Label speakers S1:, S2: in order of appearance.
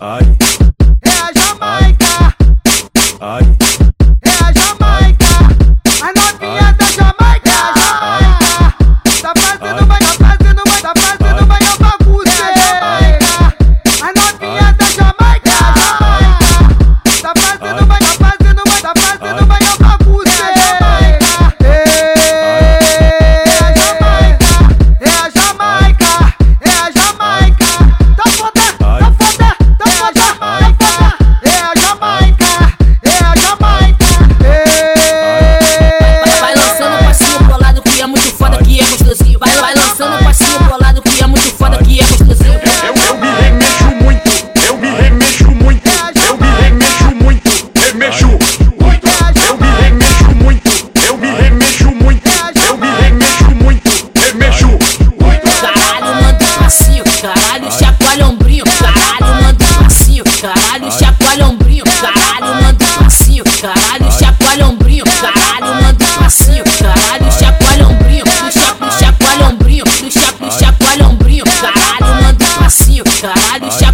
S1: Ay.
S2: ¡Ea É Jamaica!
S1: Ay.
S2: ¡Ea Jamaica! ¡A not be at the Jamaica! é Jamaica! Tá Taparse no vai, taparse no vai, taparse no vai, eu vou acusar! Jamaica! A not be at the Jamaica! é Jamaica! Tá Taparse no vai, taparse no vai, taparse no vai, eu vou acusar! Jamaica! Ea Jamaica! Ea É Jamaica! Ea Jamaica! Tá foda, tá foda, tá foda, tá foda! Ea Jamaica! Ea Jamaica! é. Ea
S3: Vai lançando passinho bolado que é muito foda, que é gostosinho. Vai, vai lançando passinho bolado que é muito foda, que é gostosinho.
S4: Eu, eu me remexo muito, eu me remexo muito, eu me remexo muito, remexo muito, eu me remexo muito, eu me remexo muito, eu me remexo muito, remexo muito.
S3: Caralho, manda um passinho, caralho, chacoalha o ombrinho. Caralho, manda um passinho, caralho, chacoalha o ombrinho. Caralho, manda um passinho, caralho, chacoalha o ombrinho. Caralho, manda um passinho, caralho, chacoalha o ombrinho. Puxa, puxa, chacoalha o ombrinho. Puxa, puxa, chacoalha o ombrinho. Caralho, manda um passinho, caralho,
S2: Tá é. Tá é. É. Tá
S3: chacoalha
S2: É
S3: um é um é
S2: É é